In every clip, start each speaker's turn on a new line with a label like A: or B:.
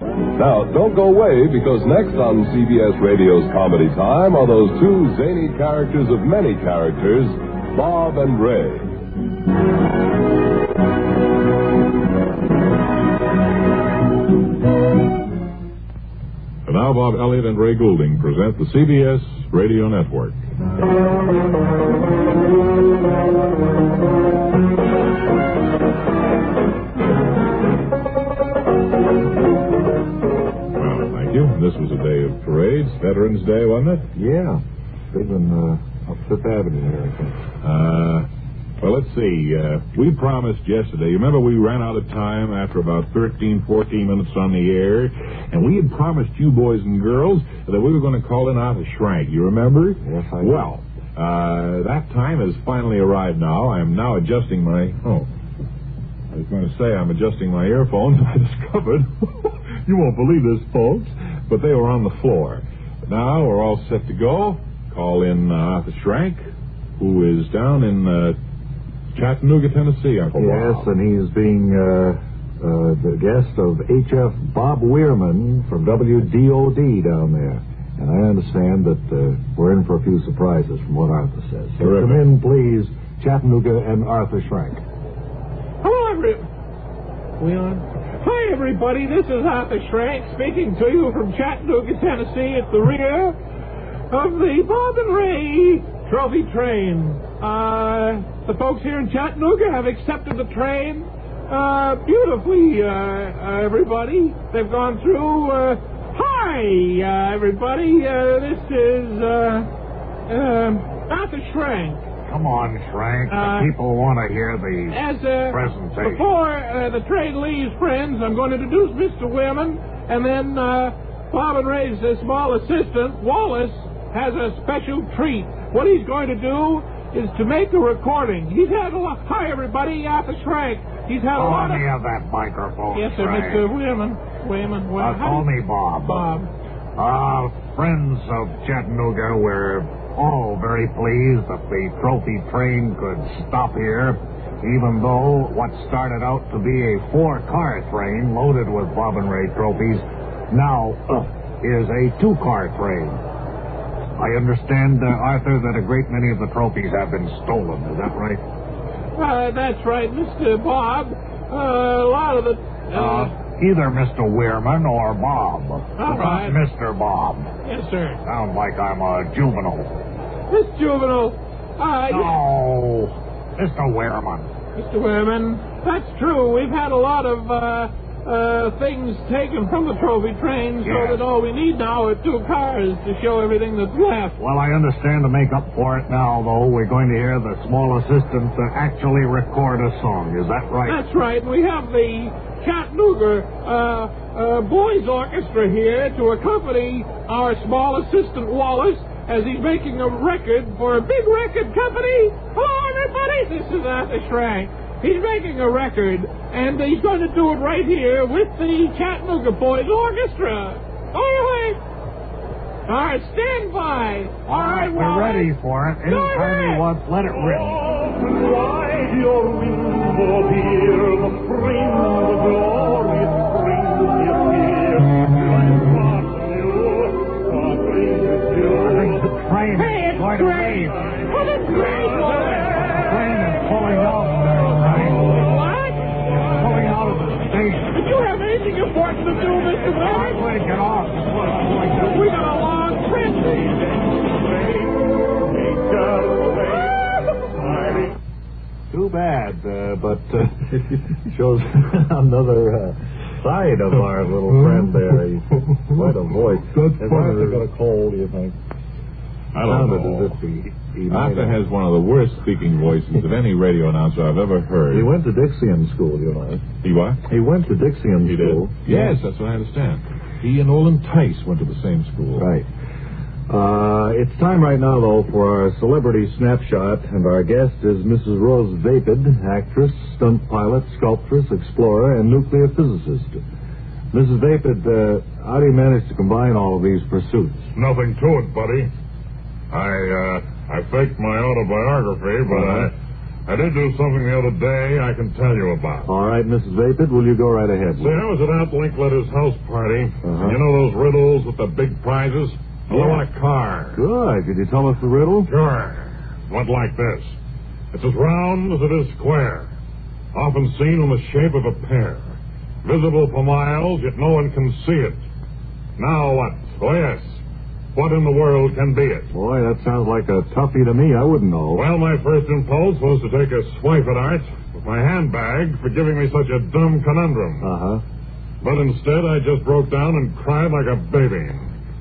A: Now, don't go away because next on CBS Radio's Comedy Time are those two zany characters of many characters, Bob and Ray.
B: And now Bob Elliott and Ray Goulding present the CBS Radio Network. Well, thank you. This was a day of parades, Veterans Day, wasn't it?
C: Yeah. Big one uh, up Fifth Avenue there, I think.
B: Uh, well, let's see. Uh, we promised yesterday. You remember we ran out of time after about 13, 14 minutes on the air, and we had promised you boys and girls that we were going to call in Arthur Schrank. You remember?
C: Yes, I do.
B: Well, uh, that time has finally arrived now. I am now adjusting my. Oh. I was going to say I'm adjusting my earphones. I discovered. you won't believe this, folks, but they were on the floor. But now we're all set to go. Call in uh, Arthur Schrank, who is down in uh, Chattanooga, Tennessee, Uncle
C: yes,
B: Bob.
C: and he's being uh, uh, the guest of H.F. Bob Weirman from WDOD down there. And I understand that uh, we're in for a few surprises from what Arthur says. So
B: Terrific.
C: come in, please, Chattanooga and Arthur Schrank.
D: Hello, every. We on? Hi, everybody. This is Arthur Schrank speaking to you from Chattanooga, Tennessee, at the rear of the Bob and Ray Trophy Train. Uh, the folks here in Chattanooga have accepted the train uh, beautifully, uh, uh, everybody. They've gone through. Uh, hi, uh, everybody. Uh, this is uh, um Arthur Schrank.
E: Come on, Frank.
D: Uh,
E: the people want to hear these.
D: As uh,
E: Presentation.
D: before uh, the train leaves, friends, I'm going to introduce Mr. Wheelman, and then uh, Bob and Ray's uh, small assistant Wallace has a special treat. What he's going to do is to make a recording. He's had a lot. Hi, everybody, Arthur Schrank. He's had a
E: Go
D: lot
E: on
D: of.
E: near that microphone.
D: Yes, sir,
E: Frank.
D: Mr. Wheelman. Wheelman.
E: Uh,
D: Well,
E: call me Bob.
D: Bob.
E: Uh, friends of Chattanooga, we're all very pleased that the trophy train could stop here, even though what started out to be a four-car train loaded with Bob and Ray trophies now uh, is a two-car train. I understand, uh, Arthur, that a great many of the trophies have been stolen. Is that right?
D: Uh, that's right, Mr. Bob. Uh, a lot of the.
E: Uh, either Mr. Weirman or Bob.
D: All
E: Not
D: right.
E: Mr. Bob.
D: yes, sir.
E: Sounds like I'm a juvenile.
D: This juvenile. Uh,
E: No, Mr. Wehrman.
D: Mr. Wehrman, that's true. We've had a lot of uh, uh, things taken from the trophy train, so
E: Yes.
D: that all we need now are two cars to show everything that's left.
E: Well, I understand to make up for it now, though, we're going to hear the small assistant uh, actually record a song. Is that right?
D: That's right. We have the Chattanooga uh, uh, Boys Orchestra here to accompany our small assistant Wallace as he's making a record for a big record company. Hello, everybody. This is Arthur Schrank. He's making a record, and he's going to do it right here with the Chattanooga Boys Orchestra. All right. All right, stand by. All right,
E: we're
D: Wallace.
E: ready for it.
D: Go
E: Anytime
D: ahead.
E: you want, let it rip.
F: Wide your window, dear, the spring, the glorious spring is here. My heart, you, my dream is
E: I think
F: yours.
E: the train
D: Hey,
E: is
D: it's
E: going to
D: great.
E: leave.
D: Oh, that's great, Wallace.
E: The train is pulling out of there, right?
D: What?
E: Pulling out of the station.
D: Did you have anything important to do, Mr.
E: I'm
D: Willis?
E: going to get off.
D: We got a long trip.
F: Take her away, my
C: Too bad, uh, but uh, shows another uh, side of our little friend there. He's quite a voice.
B: That's
C: Has
B: funny.
C: Arthur got a cold, do you think?
B: I don't
C: Sounded
B: know.
C: as if he, he might
B: Arthur
C: have.
B: has one of the worst speaking voices of any radio announcer I've ever heard.
C: He went to Dixian School, you know.
B: He what?
C: He went to Dixian
B: He did.
C: School.
B: Yes, that's what I understand. He and Olin Tice went to the same school.
C: Right. Uh, it's time right now, though, for our celebrity snapshot, and our guest is Mrs. Rose Vapid, actress, stunt pilot, sculptress, explorer, and nuclear physicist. Mrs. Vapid, uh, how do you manage to combine all of these pursuits?
B: Nothing to it, buddy. I uh, I faked my autobiography, but I
G: I did do something the other day I can tell you about.
B: All right, Mrs. Vapid, will you go right ahead?
G: See, I was at Aunt Linkletter's house party.
B: Uh-huh.
G: You know those riddles with the big prizes? Well, I want a car.
B: Good. Could you tell us the riddle?
G: Sure. Went like this. It's as round as it is square. Often seen in the shape of a pear. Visible for miles, yet no one can see it. Now what? Oh, yes. What in the world can be it?
B: Boy, that sounds like a toughie to me. I wouldn't know.
G: Well, my first impulse was to take a swipe at Art with my handbag for giving me such a dumb conundrum.
B: Uh huh.
G: But instead, I just broke down and cried like a baby.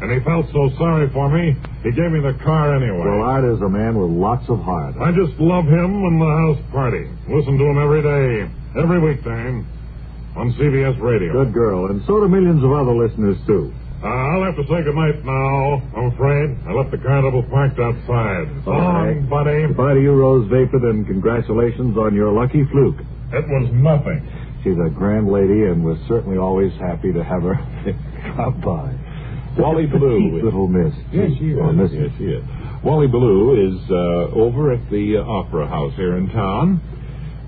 G: And he felt so sorry for me, he gave me the car anyway.
B: Well, Art is a man with lots of heart.
G: I just love him and the house party. Listen to him every day, every weekday, on CBS Radio.
B: Good girl, and so do millions of other listeners too.
G: Uh, I'll have to say goodnight now, I'm afraid. I left the carnival parked outside. So
B: right.
G: long, buddy.
B: Goodbye to you, Rose Vapid, and congratulations on your lucky fluke.
G: It was nothing.
B: She's a grand lady, and we're certainly always happy to have her come by.
H: Wally
B: Such a
H: Blue
B: petite
H: is-
B: little miss.
G: Yes, she
B: Or
G: is.
B: miss.
G: Yes, she is. Wally Ballou is uh, over at the uh, Opera House here in town,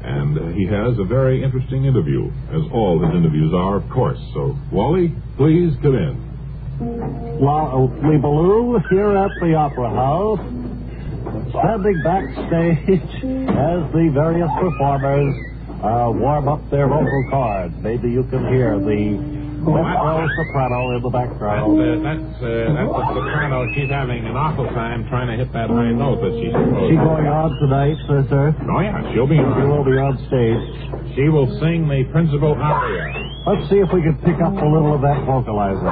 G: and uh, he has a very interesting interview, as all his interviews are, of course. So, Wally, please come in.
E: Wally Baloo here at the Opera House, standing backstage as the various performers uh, warm up their vocal cords. Maybe you can hear the mezzo soprano in the
F: That's,
E: background.
F: uh, that's, uh, that's the soprano. She's having an awful time trying to hit that high note that she's supposed
E: She going on tonight, sir, sir?
F: Oh, yeah, she'll be
E: She
F: on.
E: will be on stage.
F: She will sing the principal aria.
E: Let's see if we can pick up a little of that vocalizer.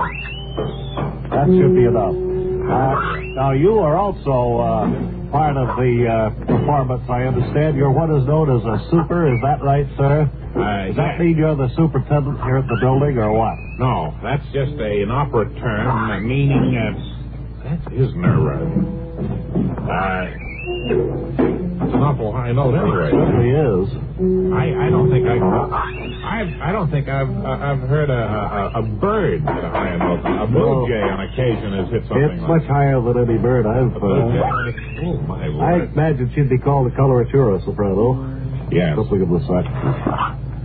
E: That should be enough.
F: Hmm.
E: Uh, now, you are also uh, part of the uh, performance, I understand. You're what is known as a super, is that right, sir?
F: Uh,
E: Does that mean you're the superintendent here at the building, or what?
F: No, that's just a, an opera term uh, meaning. Uh, that isn't her right. Uh, it's an awful high note anyway.
E: Certainly is.
F: I, I don't think I I've, I don't think I've uh, I've heard a, a a bird hit a high note. A blue
E: No.
F: jay on occasion has hit
E: Oh.
F: something
E: It's
F: like
E: much higher than any bird I've
F: a blue jay
E: found.
F: on a- Oh my
E: I
F: lord!
E: imagine she'd be called a coloratura soprano.
F: yes.
E: Something of the sort.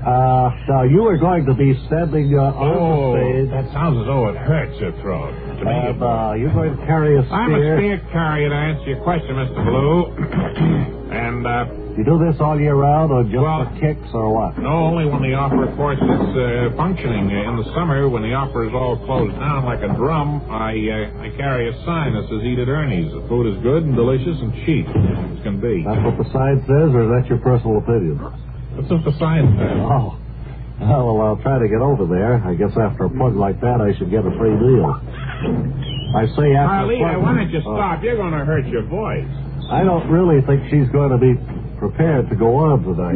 E: Uh, now, you are going to be standing uh,
F: Oh,
E: on the stage.
F: that sounds as though it hurts your throat. To me,
E: And
F: it
E: uh, you're going to carry a spear.
F: I'm a spear carrier to answer your question, Mr. Blue. and, uh,
E: You do this all year round, or just
F: Well-
E: for kicks, or what?
F: no, only when the opera, of course, is uh, functioning. Uh, In the summer, when the opera is all closed down like a drum, I, uh, I carry a sign that says Eat at Ernie's. The food is good and delicious and cheap as can be.
E: That's what the sign says, or is that your personal opinion?
F: That's what the sign says.
E: Oh. Well, I'll try to get over there. I guess after a plug like that, I should get a free meal. I say after a
F: Carlita,
E: plug-
F: why don't you
E: Oh.
F: stop? You're going to hurt your voice.
E: I don't really think she's going to be prepared to go on tonight.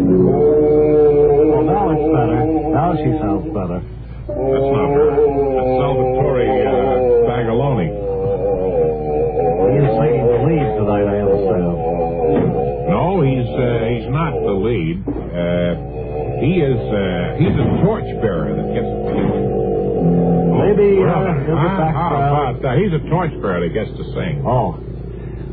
E: Well, now it's better. Now she sounds better.
G: That's not her. That's Salvatore uh, Bagaloni.
E: He's singing the lead tonight, I understand.
F: No, he's uh, he's not the lead. Uh, he is uh, he's a torchbearer that gets.
E: Maybe uh, in
F: Brother,
E: the
F: huh? How
E: background.
F: about that? uh, He's a torchbearer that gets to sing.
E: Oh.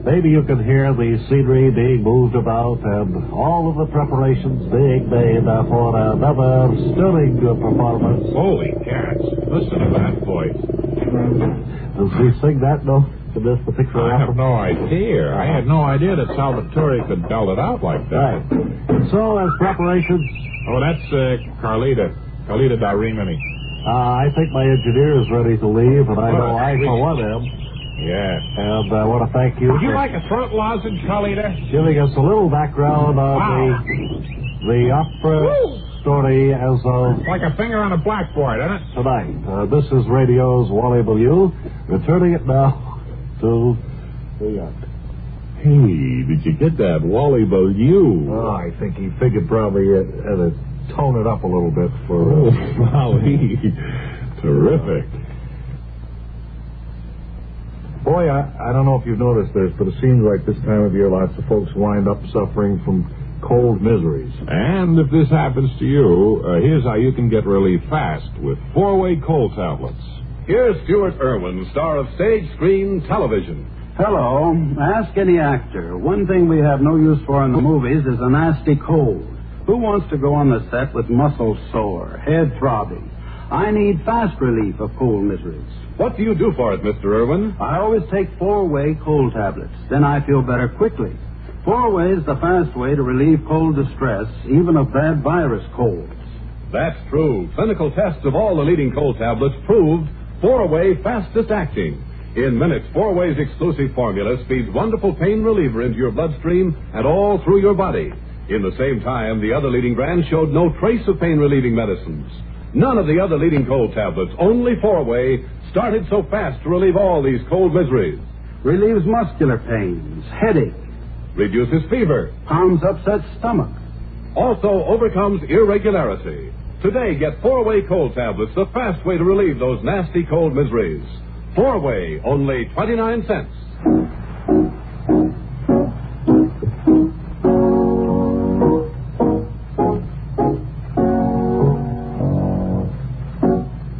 E: Maybe you can hear the scenery being moved about and all of the preparations being made uh, for another stunning uh, performance.
F: Holy cats! Listen to that voice.
E: Does he sing that note to this particular
F: I have
E: opera?
F: no idea. I had no idea that Salvatore could belt it out like that.
E: Right. So, as preparations,
F: Oh, that's uh, Carlita. Carlita da Rimini.
E: uh, I think my engineer is ready to leave, and I know
F: Oh,
E: I, for
F: please.
E: one, am.
F: Yeah.
E: And I want to thank you
F: Would you
E: for
F: like a throat lozenge, Carlita?
E: giving us a little background on
F: Wow.
E: the, the opera story as of
F: Like a finger on a blackboard, isn't it?
E: tonight. Uh, this is Radio's Wally Bellew, returning it now to the uh,
G: Hey, did you get that Wally Ballou?
B: Oh, I think he figured probably it, uh, to tone it up a little bit for.
G: Oh,
B: Uh,
G: Wally. Terrific.
B: boy, I, I don't know if you've noticed this, but it seems like this time of year lots of folks wind up suffering from cold miseries.
G: And if this happens to you, uh, here's how you can get relief fast with four-way cold tablets.
H: Here's Stuart Irwin, star of stage, screen, television.
I: Hello. Ask any actor. One thing we have no use for in the movies is a nasty cold. Who wants to go on the set with muscles sore, head throbbing? I need fast relief of cold miseries.
B: What do you do for it, Mr. Irwin?
I: I always take four-way cold tablets. Then I feel better quickly. Four-way is the fast way to relieve cold distress, even of bad virus colds.
B: That's true. Clinical tests of all the leading cold tablets proved four-way fastest acting. In minutes, four-way's exclusive formula speeds wonderful pain reliever into your bloodstream and all through your body. In the same time, the other leading brands showed no trace of pain relieving medicines. None of the other leading cold tablets, only four-way, started so fast to relieve all these cold miseries.
I: Relieves muscular pains, headache,
B: Reduces fever.
I: calms upset stomach.
B: Also overcomes irregularity. Today, get four-way cold tablets, the fast way to relieve those nasty cold miseries. Four-way, only 29 cents.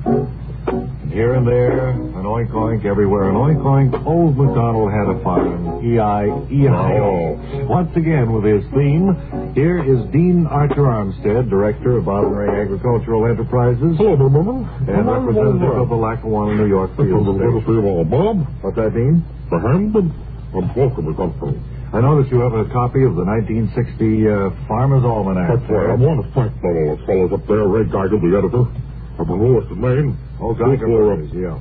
E: And here and there, an oink oink everywhere, an oink oink. Old MacDonald had a E farm. E-I, E-I-O.
F: Oh.
E: Once again with his theme, here is Dean Archer Armstead, director of Bob Ray Agricultural Enterprises
F: Hello, Bob.
E: and representative of the Lackawanna, New York field station.
F: Bob.
E: What's that, Dean? I notice you have a copy of the 1960 uh, Farmer's Almanac.
F: That's right. I want to thank those fellows up there, Ray Geiger, the editor, up in Lewiston, Maine.
E: Oh,
F: Thanks
E: Geiger
F: for, uh,
E: Brothers, yeah.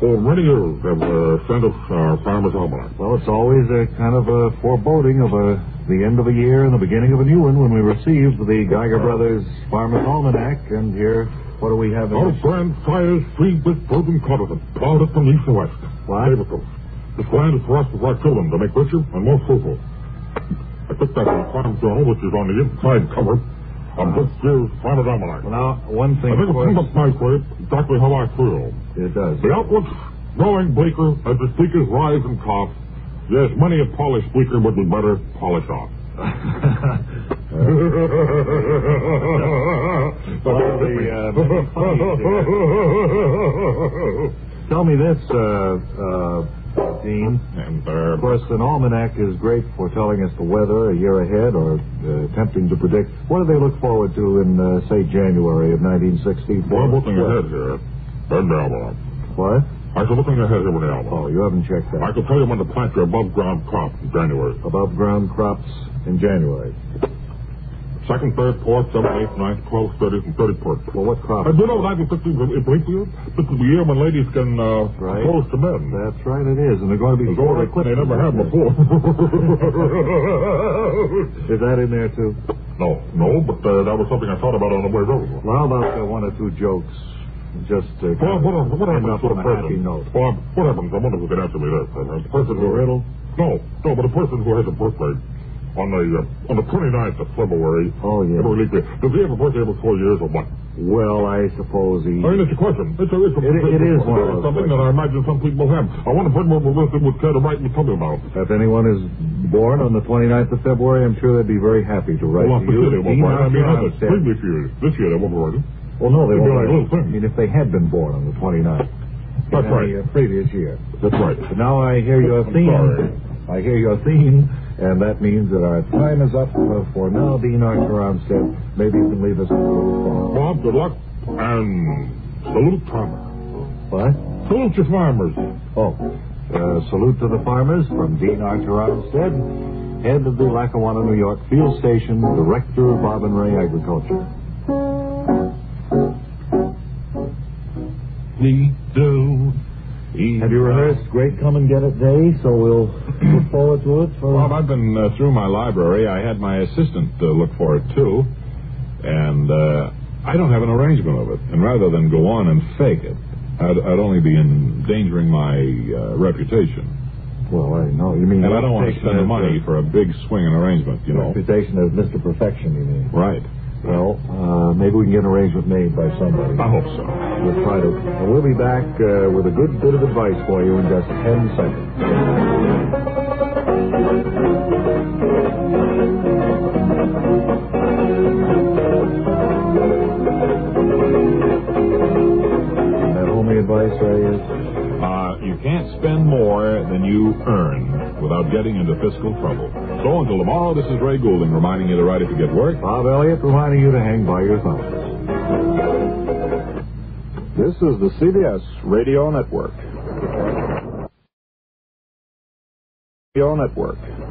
F: for many years have uh, sent us our Farmer's Almanac.
E: Well, it's always a kind of a foreboding of a the end of a year and the beginning of a new one when we received the Geiger Brothers Farmer's Almanac. And here, what do we have in
F: Our
E: this?
F: grand sires freed this broken continent, plowed it from east to west.
E: What?
F: Davis coast. This land is for us to our children to make richer and more fruitful. I took that from Farm Journal, which is on the inside cover of this year's Farmer's Almanac.
E: Well, now, one
F: I
E: thing, of
F: think it sums
E: course,
F: up nicely exactly how I feel.
E: it does.
F: The outlook's growing bleaker as the speakers rise and cough. Yes, many a polished speaker would be better polished off.
E: Well, the, uh, that's funny,
F: Oh.
E: Tell me this, uh, uh, Dean.
F: and
E: Of
F: uh,
E: course, an almanac is great for telling us the weather a year ahead or uh, attempting to predict. What do they look forward to in, uh, say, January of 1960?
F: well, I'm looking ahead here. And the almanac.
E: What?
F: I said looking ahead here with the
E: Oh,
F: almanac.
E: you haven't checked
F: I
E: that.
F: can tell you when to plant your above ground crop in January.
E: Above ground crops in January.
F: Second, third, fourth, seventh, eighth, ninth, twelfth, thirtieth, and thirty first.
E: Well, what crops?
F: Uh, do you know 1960 is a leap year? This is the year when ladies can uh,
E: Right.
F: propose to men.
E: That's right, it is, and they're going to be
F: It's all
E: four
F: they- they never have
E: eclipses.
F: before.
E: Is that in there too?
F: no, no, but uh, that was something I thought about on the way over.
E: Well, how about uh, one or two jokes? Just uh,
F: Well,
E: kind
F: what,
E: of
F: what, what
E: end
F: happens
E: up
F: to
E: on
F: a
E: a happy
F: person?
E: note.
F: Well, what happens? I wonder if you can answer me this. Uh, a person
E: A
F: who,
E: riddle?
F: No, no, but a person who has a birthday on the uh, on the 29th of February.
E: Oh, yeah.
F: Every leap year. Does he have a birthday every four years or what?
E: Well, I suppose he.
F: I mean, it's a question. It's a, it's a,
E: It- it is one of
F: it's
E: those
F: something that I imagine some people have. I wonder if anyone will listen would care to write and tell me about. it.
E: If anyone is born on the 29th of February, I'm sure they'd be very happy to write
F: well,
E: to
F: I'm sure
E: you.
F: they won't
E: Dean
F: write. I mean,
E: Armstrong
F: that's
E: said-
F: previous years. This year they won't write it.
E: Well, no, they
F: It'd be
E: won't.
F: like
E: write.
F: little things.
E: I mean, if they had been born on the 29th.
F: That's
E: in
F: right.
E: The uh, previous year.
F: That's right.
E: But now I hear your
F: I'm
E: theme.
F: sorry.
E: I hear your theme, and that means that our time is up uh, for now, Dean Archer Armstead. Maybe you can leave us with a little song.
F: Bob, good luck, and salute farmer.
E: What?
F: Salute your farmers.
E: Oh, uh, salute to the farmers from Dean Archer Armstead, head of the Lackawanna, New York field station, director of Bob and Ray Agriculture. Have you rehearsed Great Come and Get It Day? So we'll look forward to it for.
F: Bob, I've been uh, through my library. I had my assistant uh, look for it too, and uh, I don't have an arrangement of it. And rather than go on and fake it, I'd, I'd only be endangering my uh, reputation.
E: Well, I know. You mean.
F: And I don't want to
E: reputation
F: spend
E: as,
F: money for a big swing and arrangement, you
E: uh,
F: know.
E: Reputation of Mr. Perfection, you mean?
F: Right.
E: Well, uh, maybe we can get an arrangement made by somebody.
F: I hope so.
E: We'll try to. And we'll be back uh, with a good bit of advice for you in just 10 seconds. That homely advice, Ray, is
F: Uh, You can't spend more than you earn without getting into fiscal trouble. So until tomorrow, this is Ray Goulding reminding you to write if you get work.
E: Bob Elliott reminding you to hang by your thumbs. This is the CBS Radio Network. Radio Network.